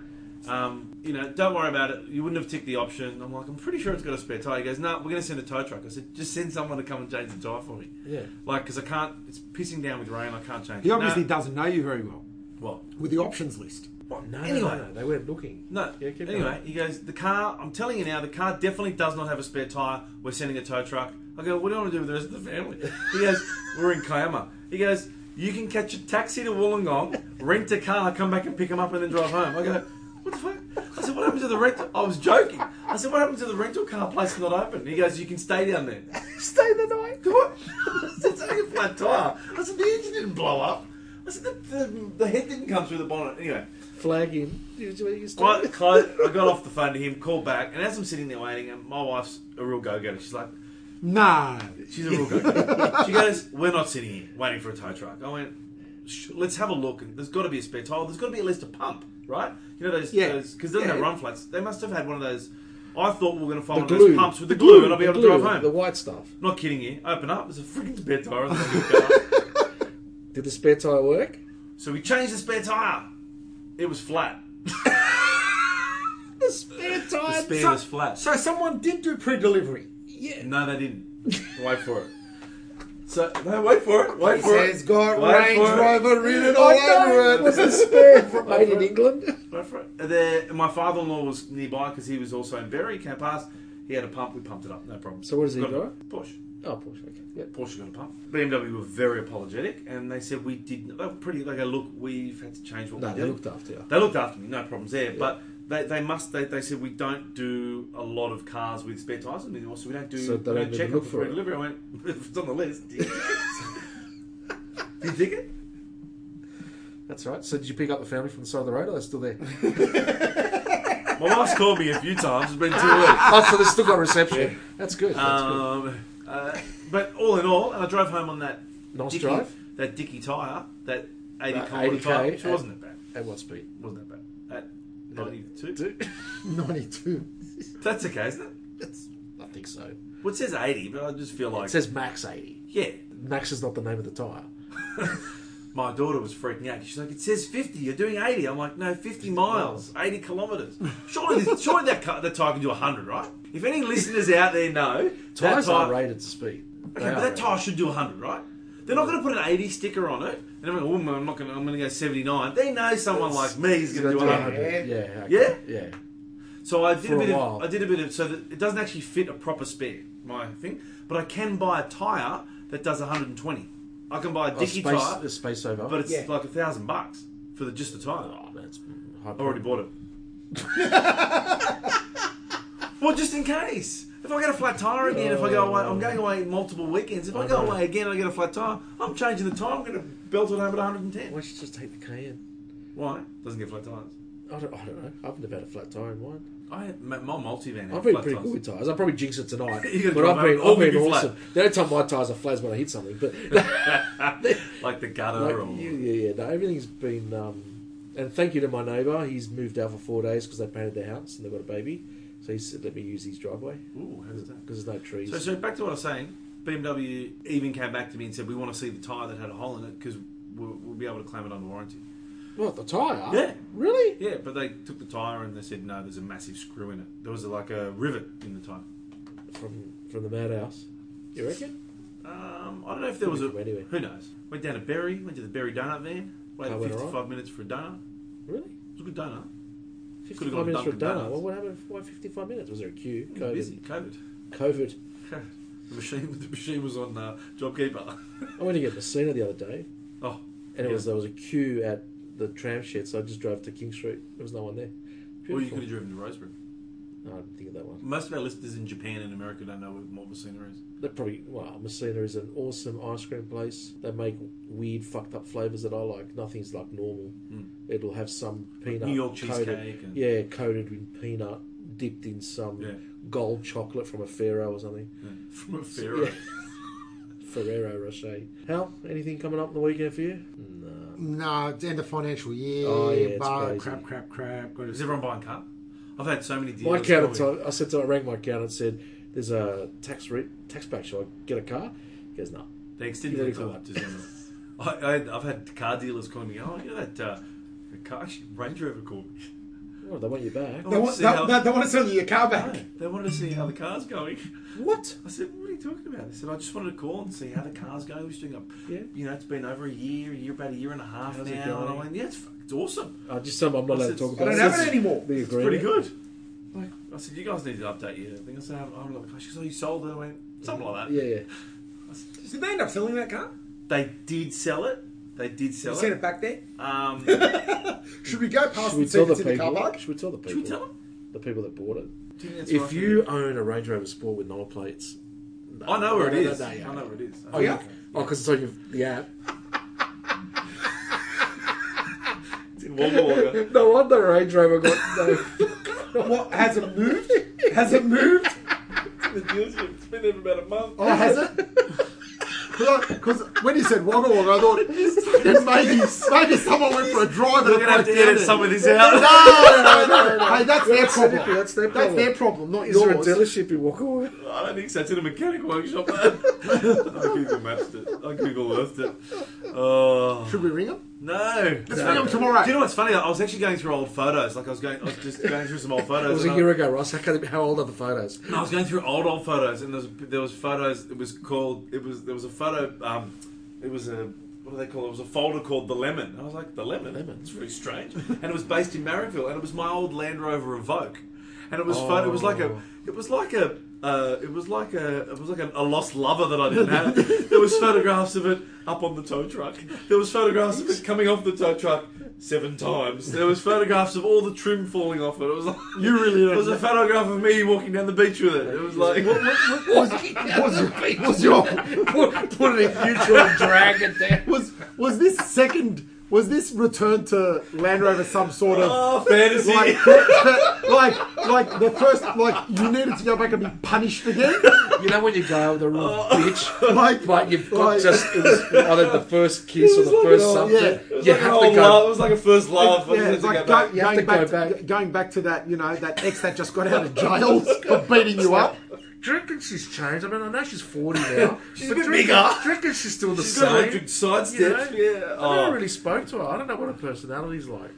S2: Um, you know, don't worry about it. You wouldn't have ticked the option. I'm like, I'm pretty sure it's got a spare tyre. He goes, No, we're going to send a tow truck. I said, Just send someone to come and change the tyre for me.
S1: yeah.
S2: Like, because I can't, it's pissing down with rain. I can't change
S4: he
S2: it.
S4: obviously
S2: no.
S4: doesn't know you very well
S2: What?
S4: with the options list.
S2: What?
S1: No,
S2: anyway.
S1: anyway, no, no, they weren't looking.
S2: No.
S1: Yeah, keep
S2: anyway, he goes, the car, I'm telling you now, the car definitely does not have a spare tyre. We're sending a tow truck. I go, what do you want to do with the rest of the family? He goes, we're in Kiama. He goes, you can catch a taxi to Wollongong, rent a car, come back and pick them up and then drive home. I go, what the fuck? I said, what happened to the rental? I was joking. I said, what happened to the rental car place not open? He goes, you can stay down there.
S1: Stay the night.
S2: What? I said, it's only a flat tyre. I said, the engine didn't blow up. I said, the, the, the head didn't come through the bonnet. Anyway.
S1: Flag him. Did you- you stay-
S2: Well, Clyde, I got off the phone to him, called back, and as I'm sitting there waiting, and my wife's a real go-getter. She's like,
S4: No.
S2: she's a real go-getter. she goes, "We're not sitting here waiting for a tow truck." I went, "Sh- "Let's have a look." And there's got to be a spare tire. There's got to be at least a pump, right? You know those,
S4: Yeah.
S2: because they don't
S4: Yeah.
S2: have run flats. They must have had one of those. I thought we were
S1: The
S2: going to find one of
S1: glue.
S2: those pumps with the, glue, and I'll be
S1: the
S2: able
S1: glue,
S2: to drive
S1: The
S2: home.
S1: white stuff.
S2: Not kidding you. Open up. There's a freaking spare tire. on the fucking car.
S1: Did the spare tire work?
S2: so we changed the spare tire. It was flat.
S4: The spare
S2: The
S4: tire.
S2: spare
S4: so,
S2: was flat.
S4: so someone did do pre-delivery.
S1: Yeah.
S2: No, they didn't. wait for it. So no, wait for it. Wait for
S3: He's
S2: it.
S3: got
S2: Wait
S3: Range
S2: for it.
S3: Rover written all
S1: I know.
S3: over
S1: It
S3: it.
S1: was a spare from made in England.
S2: Wait for it. There, my father-in-law was nearby because he was also in Berry. Came past. He had a pump. We pumped it up. No problem.
S1: So what does he
S2: Got a-
S1: drive?
S2: Porsche.
S1: Oh, Porsche. Okay. Yeah.
S2: Porsche got a pump. BMW were very apologetic, and they said we didn't. They were pretty. They go, look, we've had to change what
S1: No,
S2: we
S1: they
S2: do.
S1: looked after you.
S2: They looked after me, no problems there. But they, they must. They, they said we don't do a lot of cars with spare tires anymore, so we don't do.
S1: So they
S2: we
S1: don't even
S2: check
S1: look
S2: them
S1: for
S2: free
S1: it.
S2: delivery. I went. If it's on the list. Do you tick it? Do you tick it?
S1: That's right. So did you pick up the family from the side of the road? Or they're still there?
S2: My wife's called me a few times. It's been two weeks.
S1: Oh, so they still got reception. That's good. That's good.
S2: Um, uh, but all in all, and I drove home on that
S1: Nice
S2: dicky,
S1: drive.
S2: that dicky tire, that eighty
S1: That
S2: kilometer
S1: 80K,
S2: tire, which
S1: uh,
S2: wasn't that bad.
S1: At what speed?
S2: Wasn't that bad. At ninety two,
S1: Do-
S3: 92.
S2: that's okay, isn't it?
S1: It's- I think so.
S2: Well, it says eighty, but I just feel like
S1: It says max 80.
S2: yeah.
S1: Max is not the name of the tyre.
S2: My daughter was freaking out. She's like, "It says fifty. You're doing 80. I'm like, "No, fifty miles, eighty kilometers. Surely, this, surely that car, that tire can do hundred, right? If any listeners out there know, that
S1: Tyres
S2: tire-
S1: are rated to speed. They
S2: Okay,
S1: are
S2: but that
S1: rated.
S2: tire should do 100, right? They're not going to put an 80 sticker on it. And they're going, oh, I'm not going to, I'm going to go 79. They know someone like me is going to do 100.
S1: 100. Yeah. okay.
S2: Yeah?
S1: Yeah.
S2: So I did
S1: For
S2: a
S1: a
S2: bit
S1: while.
S2: of, I did a bit of, so that it doesn't actually fit a proper spare, my thing. But I can buy a tire that does 120. I can buy a
S1: Oh,
S2: dicky
S1: space,
S2: tire,
S1: uh, space over.
S2: but it's
S3: Yeah.
S2: like a thousand bucks for the, just the tire.
S1: oh, that's high
S2: I already bought it. well, just in case. If I get a flat tire again, if I go away, I'm going away multiple weekends. If I go away again and I get a flat tire, I'm changing the tire. I'm going to belt it home at 110.
S1: Why don't you just take the Cayenne?
S2: Why? Doesn't get flat tires.
S1: I don't, I don't know. I've never had a flat tire in mine.
S2: I my my multivan. had
S1: I've been
S2: flat
S1: pretty
S2: tires.
S1: good with tyres. I'll probably jinx it tonight.
S2: You're gonna
S1: but
S2: drive
S1: I've been,
S2: over-
S1: I've been
S2: over your flat.
S1: awesome. The only time my tyres are flat is when I hit something. But
S2: like the gutter
S1: like,
S2: or
S1: yeah, yeah, yeah. No, everything's been. Um, and thank you to my neighbour. He's moved out for four days because they painted their house and they've got a baby. So he said, let me use his driveway
S2: ooh, how's that?
S1: because there's no trees.
S2: So, so back to what I was saying. BMW even came back to me and said we want to see the tire that had a hole in it because we'll, we'll be able to claim it under warranty.
S1: what, the tyre?
S2: Yeah.
S1: Really?
S2: Yeah, but they took the tire and they said no, there's a massive screw in it. There was like a rivet in the tire.
S1: From from the madhouse. You reckon?
S2: Um, I don't know if there was a.
S1: From anywhere.
S2: Who knows? Went down to Berry, went to the Berry Donut van, waited
S1: That went
S2: 55
S1: alright.
S2: minutes for a donut.
S1: Really?
S2: It was a good donut. Could've
S1: 55
S2: gone
S1: minutes for a
S2: Dunkin'
S1: donut.
S2: Donuts.
S1: Well, what happened? Why 55 minutes? Was there a queue?
S2: It was
S1: COVID.
S2: busy, COVID.
S1: COVID.
S2: the machine, the machine was on uh, JobKeeper.
S1: I went to get Messina the other day,
S2: oh,
S1: and it was
S2: Yeah.
S1: there was a queue at the tram shed, so I just drove to King Street. There was no one there.
S2: or you
S1: Beautiful.
S2: could have driven to Rosebery.
S1: No, I didn't think of that one.
S2: Most of our listeners in Japan and America don't know what Morbicina is.
S1: That probably well, Messina is an awesome ice cream place. They make weird, fucked up flavors that I like. Nothing's like normal.
S2: Mm.
S1: It'll have some peanut
S2: New York
S1: coated-
S2: cheesecake. And,
S1: yeah, coated in peanut, dipped in some
S2: Yeah.
S1: gold chocolate from a Ferrero or something.
S2: Hmm. yeah. From a Pharaoh.
S1: Yeah. Ferrero Rocher. Hal, anything coming up in the weekend for you? No.
S4: No, it's end of financial year.
S1: Oh, yeah, it's
S4: bar,
S1: crazy.
S4: crap, crap, crap. Got
S2: Is
S4: to
S2: everyone buying car? I've had so many deals.
S1: My accountant,
S2: probably-
S1: I, I said to I rang my accountant and said, "There's a tax re- tax back. Shall I get a car?" He goes, "No."
S2: They extended
S1: Yeah,
S2: the
S1: they call
S2: time up to December. I, I, I've had car dealers call me. Oh, you know that uh, the car actually Range Rover called me.
S1: Well, they want you back.
S2: I
S3: They
S2: wanted to
S3: want,
S2: see
S3: they,
S2: how-
S3: they, they want to sell you your car
S2: No,
S3: back.
S2: they wanted to see how the car's going.
S1: What?
S2: I said, "What are you talking about?" They said, "I just wanted to call and see how the car's going. We're just doing a,
S1: Yeah.
S2: you know, it's been over a year, a year about a year and a half
S1: How's it
S2: now." And I
S1: going?
S2: went, "Yeah, it's, fuck- it's awesome.
S1: I just said I'm not allowed to
S2: It's-
S1: talk
S3: I
S1: about.
S3: don't
S1: it.
S3: have
S1: It's
S3: it anymore.
S1: The
S2: It's pretty
S1: agreement.
S2: good." Like, I said, "You guys need to update your thing." I said, "I haven't- I haven't got the car." She goes, "Oh, you sold it." I went, "Something like that."
S1: Yeah, yeah.
S2: I said,
S3: Did they end up selling that car?
S2: they did sell it. They did
S3: Did
S2: sell
S3: you send
S2: it.
S3: it back there?
S2: Um,
S3: Should we go past
S1: Should we
S3: and see
S1: tell
S3: if
S1: the
S3: it's in the car
S1: people?
S3: park?
S1: Should we tell the people?
S2: should we tell them?
S1: the people that bought it?
S2: Do think that's
S1: if
S2: right?
S1: you own a Range Rover Sport with null plates,
S2: I know where it
S1: No, no,
S2: is.
S1: no, yeah.
S2: I know where it is.
S1: Oh
S3: yeah?
S1: oh, because it's on your the app.
S2: It's in Wagga Wagga.
S1: No wonder Range Rover got no.
S3: What, has it moved? Has it moved?
S2: the dealership. It's been there for about a month.
S3: Oh, has it? Because when you said Wagga Wagga, I thought maybe, maybe someone went for a drive and
S2: We're gonna have to
S3: broke down
S2: edit
S3: there.
S2: some of this out.
S3: No, no, no, no. Hey, that's their problem.
S1: different- that's their problem.
S3: That's their problem, not
S1: Is there a
S3: yours.
S1: dealership in Walker?
S2: I don't think so. It's in a mechanic workshop. man. I Google mapped it. I Google Earthed it. Oh
S3: Should we ring them?
S2: no!
S3: Let's
S2: No.
S3: ring them tomorrow.
S2: Do you know what's funny? I was actually going through old photos. Like I was going, I was just going through some old
S1: It was
S2: photos.
S1: a
S2: and I-
S1: year ago, Ross. How, can, how old are the photos?
S2: No, I was going through old old photos, and there was there was photos. It was called. It was there was a photo. Um, it was a what do they call it? It was a folder called the Lemon. And I was like the Lemon.
S1: Lemon.
S2: It's really strange. and it was based in Marrickville, and it was my old Land Rover Evoque, and it was
S1: Oh.
S2: photo. It was like a. It was like a. Uh, it was like a. It was like a, a lost lover that I didn't have. there was photographs of it up on the tow truck. There was photographs of it coming off the tow truck seven times. There was photographs of all the trim falling off it. It was like.
S1: You really
S2: It was a photograph of me walking down the beach with it. It was like,
S3: Was, was, was your
S1: put, put it in neutral and drag it down.
S3: was was this second?
S4: was this return to Land Rover some sort of
S2: Oh, fantasy.
S4: like, like, like the first, like you needed to go back and be punished again?
S1: You know when you go, the real
S2: Oh.
S1: bitch.
S4: Like,
S1: Like you've got
S4: Like-
S1: just it was either the first kiss or
S2: It was
S1: the
S2: like
S1: first
S2: an old-
S1: something.
S4: yeah.
S2: It was
S1: You
S2: like an
S1: have to
S2: old
S1: go.
S2: love. It was like a first love. but
S4: yeah,
S2: then
S4: it's
S2: to
S4: like
S2: go
S4: go,
S2: back.
S1: You have
S4: going,
S1: to go
S4: back to,
S1: back.
S4: going back to that, you know, that ex that just got out of jail for beating you up.
S1: Do you reckon she's changed? I mean, I know she's 40 now.
S2: She's
S1: but do you
S2: a bit bigger.
S1: reckon- Do you reckon she's still the
S2: She's
S1: same?
S2: got electric side
S1: You know?
S2: steps. Yeah.
S1: I
S2: Oh.
S1: never really spoke to her. I don't know what her personality's like.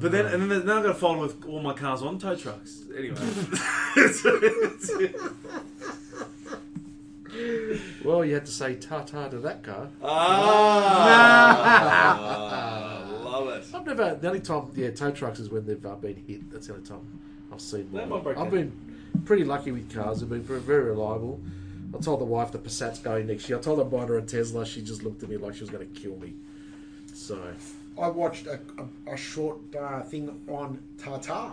S2: But then, and then now I've got to follow with all my cars on tow trucks. Anyway, It's- it's-
S1: Well, you had to say ta ta to that car.
S2: ah, love it.
S1: I've never. The only time, yeah, tow trucks is when they've uh, been hit. That's the only time I've seen
S2: They
S1: one.
S2: might break
S1: I've been pretty lucky with cars. They've been very, very reliable. I told the wife the Passat's going next year. I told her I'm buying her a Tesla. She just looked at me like she was going to kill me. So,
S3: I watched a, a, a short uh, thing on Tata.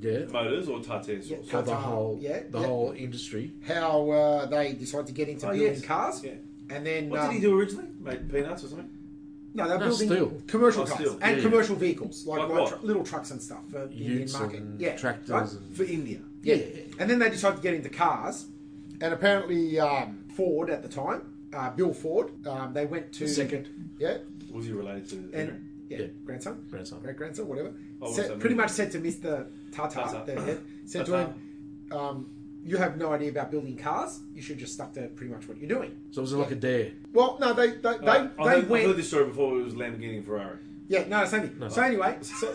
S1: yeah,
S2: Motors or Tartars?
S3: Yeah.
S1: for the
S3: Tata,
S1: whole,
S3: uh, yeah,
S1: the
S3: yeah.
S1: whole industry.
S3: How uh, they decide to get into
S2: Oh,
S3: building
S2: yes.
S3: cars,
S2: Yeah.
S3: and then
S2: What
S3: um,
S2: did he do originally? Made peanuts or something?
S3: No, they're
S1: No,
S3: building
S1: steel.
S3: commercial
S2: Oh,
S3: cars
S2: steel.
S3: and
S1: Yeah,
S3: commercial vehicles, like,
S2: Like
S3: light
S2: what?
S3: tru- little trucks and stuff for the Indian
S1: Utes
S3: market.
S1: and
S3: yeah,
S1: tractors
S3: right?
S1: and-
S2: For India.
S3: yeah.
S1: Yeah, yeah, yeah.
S3: and then they decided to get into cars, and apparently um, Ford at the time, uh, Bill Ford, um, they went to
S1: Second.
S3: yeah,
S2: Was he related to? Henry?
S3: and yeah,
S1: Yeah.
S3: grandson,
S1: Grandson.
S3: great grandson, whatever.
S2: Oh, what's
S3: Said-
S2: that mean?
S3: pretty much said to Mister Tata,
S2: Tata.
S3: the head, said to
S2: Tata.
S3: him, um, "You have no idea about building cars. You should just stuck to pretty much what you're doing."
S1: So it was like a dare.
S3: Well, no, they they, they,
S2: Uh, I've
S3: they
S2: heard- I've heard
S3: went.
S2: this story before. It was Lamborghini and Ferrari.
S3: Yeah, no, same thing. So anyway, so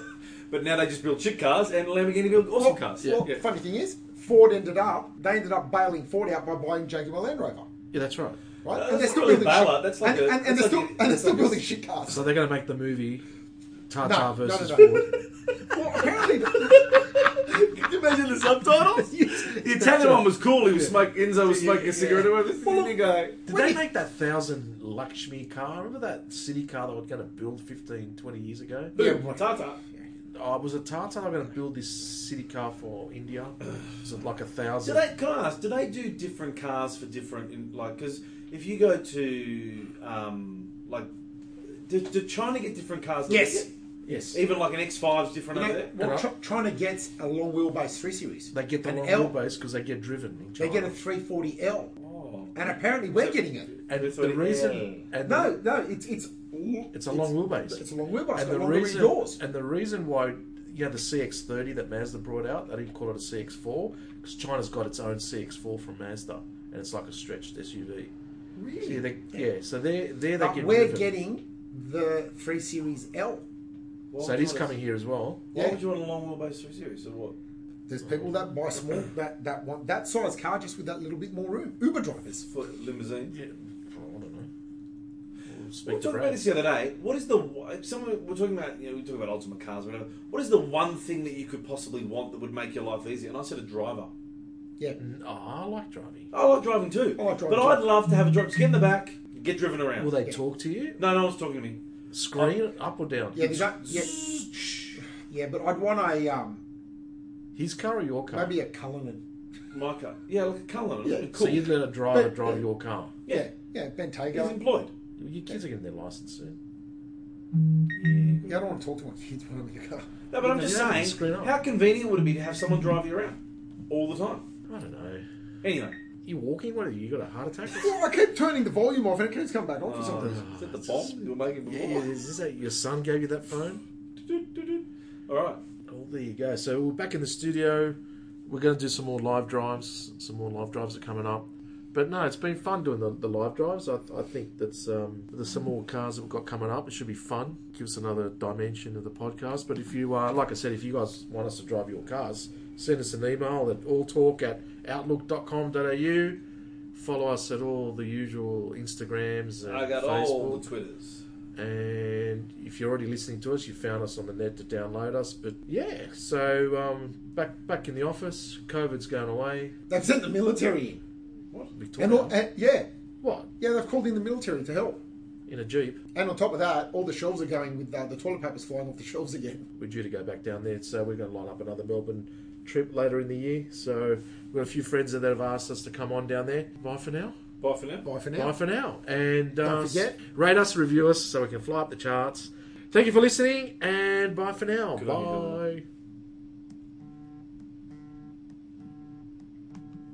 S2: But now they just build chick cars, and Lamborghini build awesome cars.
S3: Well,
S2: Yeah.
S3: funny thing is, Ford ended up they ended up bailing Ford out by buying Jaguar Land Rover,
S1: Yeah, that's right.
S3: right?
S2: Uh, That's not really a bailout,
S3: shit.
S2: that's like
S3: and,
S2: a-
S3: and,
S2: that's
S3: and they're
S2: like
S3: still
S2: a-
S3: and they're
S2: that's
S3: still
S2: like a-
S3: building shit cars.
S1: So they're going to make the movie Tata
S3: No, no,
S1: versus
S3: no, no.
S1: Ford.
S3: well, apparently,
S2: Can you imagine the subtitles? the Italian one was cool. He was smoking. Enzo was smoking
S1: Yeah, yeah.
S2: a cigarette. Well, this Indian guy.
S1: Did
S3: When
S1: they
S3: he-
S1: make that thousand Lakshmi car? Remember that city car they were going to build 15, 20 years ago?
S3: Yeah,
S2: Boom,
S3: right.
S2: Tata.
S1: Oh, was it Tata? I'm going to build this city car for India. Is it like a
S2: Do
S1: thousand?
S2: they? Can I ask? Do they do different cars for different? In, like, because if you go to um, like, do, do China get different cars? than
S3: Yes.
S2: we get?
S1: Yes.
S2: Even like an X 5s
S3: you
S2: different over
S3: know,
S2: there.
S3: well, tr- trying to get a long wheelbase three series.
S1: They get the
S3: an
S1: wrong
S3: L.
S1: wheelbase because they get driven in
S3: They
S1: China.
S3: get a 340L,
S2: Oh.
S3: and apparently we're getting it.
S1: and
S2: It's
S1: the
S2: like,
S1: reason and
S3: No,
S1: the,
S3: no, it's it's
S1: it's a long wheelbase.
S3: It's a long wheelbase.
S1: and
S3: the
S1: the
S3: longer
S1: reason
S3: doors.
S1: and the reason why you know the CX30 that Mazda brought out, they didn't call it a CX4 because China's got its own CX4 from Mazda, and it's like a stretched SUV.
S3: Really?
S1: Yeah, they, yeah. So they they they
S3: but
S1: get
S3: we're
S1: driven.
S3: getting the three series L.
S2: Why
S1: so
S2: would
S1: it
S2: you
S1: is
S2: want a-
S1: coming here as well.
S2: Why
S3: Yeah.
S2: would you want a long wheelbase three series? Or what?
S3: There's people that buy small that that want that size car just with that little bit more room. Uber drivers.
S2: For limousine.
S1: Yeah, I don't know. We'll
S2: We
S1: speak
S2: were
S1: to
S2: talking about
S1: Brad.
S2: this the other day. What is the one- someone we're talking about? You know, we talk about ultimate cars, or whatever. What is the one thing that you could possibly want that would make your life easier? And I said a driver.
S3: Yeah.
S1: Mm, Oh, I like driving.
S2: I like driving too,
S3: I like driving
S2: but
S3: too.
S2: I'd love to have a driver. Just get in the back, get driven around.
S1: Will they
S3: Yeah. Uh,
S1: talk to you?
S2: no, no one's talking to me.
S1: Screen up or down?
S3: Yeah, they don't- yeah, yeah, but I'd want a um,
S1: His car or your car?
S3: maybe a Cullinan.
S2: My car. Yeah, like a Cullen. Yeah,
S3: Yeah,
S2: cool.
S1: So you'd let a driver
S3: But- uh,
S1: drive your car.
S2: yeah.
S3: yeah,
S2: He's
S3: Bentayga.
S2: employed.
S1: Your kids are getting their license soon.
S3: Yeah, I don't want to talk to my kids when I'm in the car.
S2: No, but I'm
S1: Yeah,
S2: just
S1: you don't
S2: saying,
S1: screen up.
S2: how convenient would it be to have someone drive you around all the time?
S1: I don't know.
S2: Anyway,
S1: You walking? What are you? You got a heart attack?
S3: Well, I keep turning the volume off and it keeps coming back on for some
S2: Oh,
S3: reason.
S2: is that the bomb you were making
S1: Uh, yeah,
S2: before?
S1: yeah, is this that your son gave you that phone?
S2: All right.
S1: Oh, there you go. So we're back in the studio. We're going to do some more live drives. Some more live drives are coming up. But no, it's been fun doing the, the live drives. I, I think that's um, there's some more cars that we've got coming up. It should be fun. Give us another dimension of the podcast. But if you, uh, like I said, if you guys want us to drive your cars, send us an email at alltalk at outlook.com.au. Follow us at all the usual Instagrams and
S2: I got
S1: Facebook.
S2: all the Twitters.
S1: And if you're already listening to us, you found us on the net to download us. But yeah, so um, back back in the office, COVID's going away.
S3: They've sent the military in.
S1: Victoria,
S3: And, all, and yeah,
S1: what
S3: yeah, they've called in the military to help.
S1: in a jeep?
S3: And on top of that, all the shelves are going with uh, the toilet paper's flying off the shelves again.
S1: We're due to go back down there, so we're going to line up another Melbourne trip later in the year. So we've got a few friends that have asked us to come on down there. Bye for now.
S2: Bye for now.
S3: Bye for now.
S1: Bye for now. And uh,
S3: Don't forget-
S1: rate us, review us, so we can fly up the charts.
S2: Thank you for listening, and bye for now.
S1: Good on you,
S2: bye.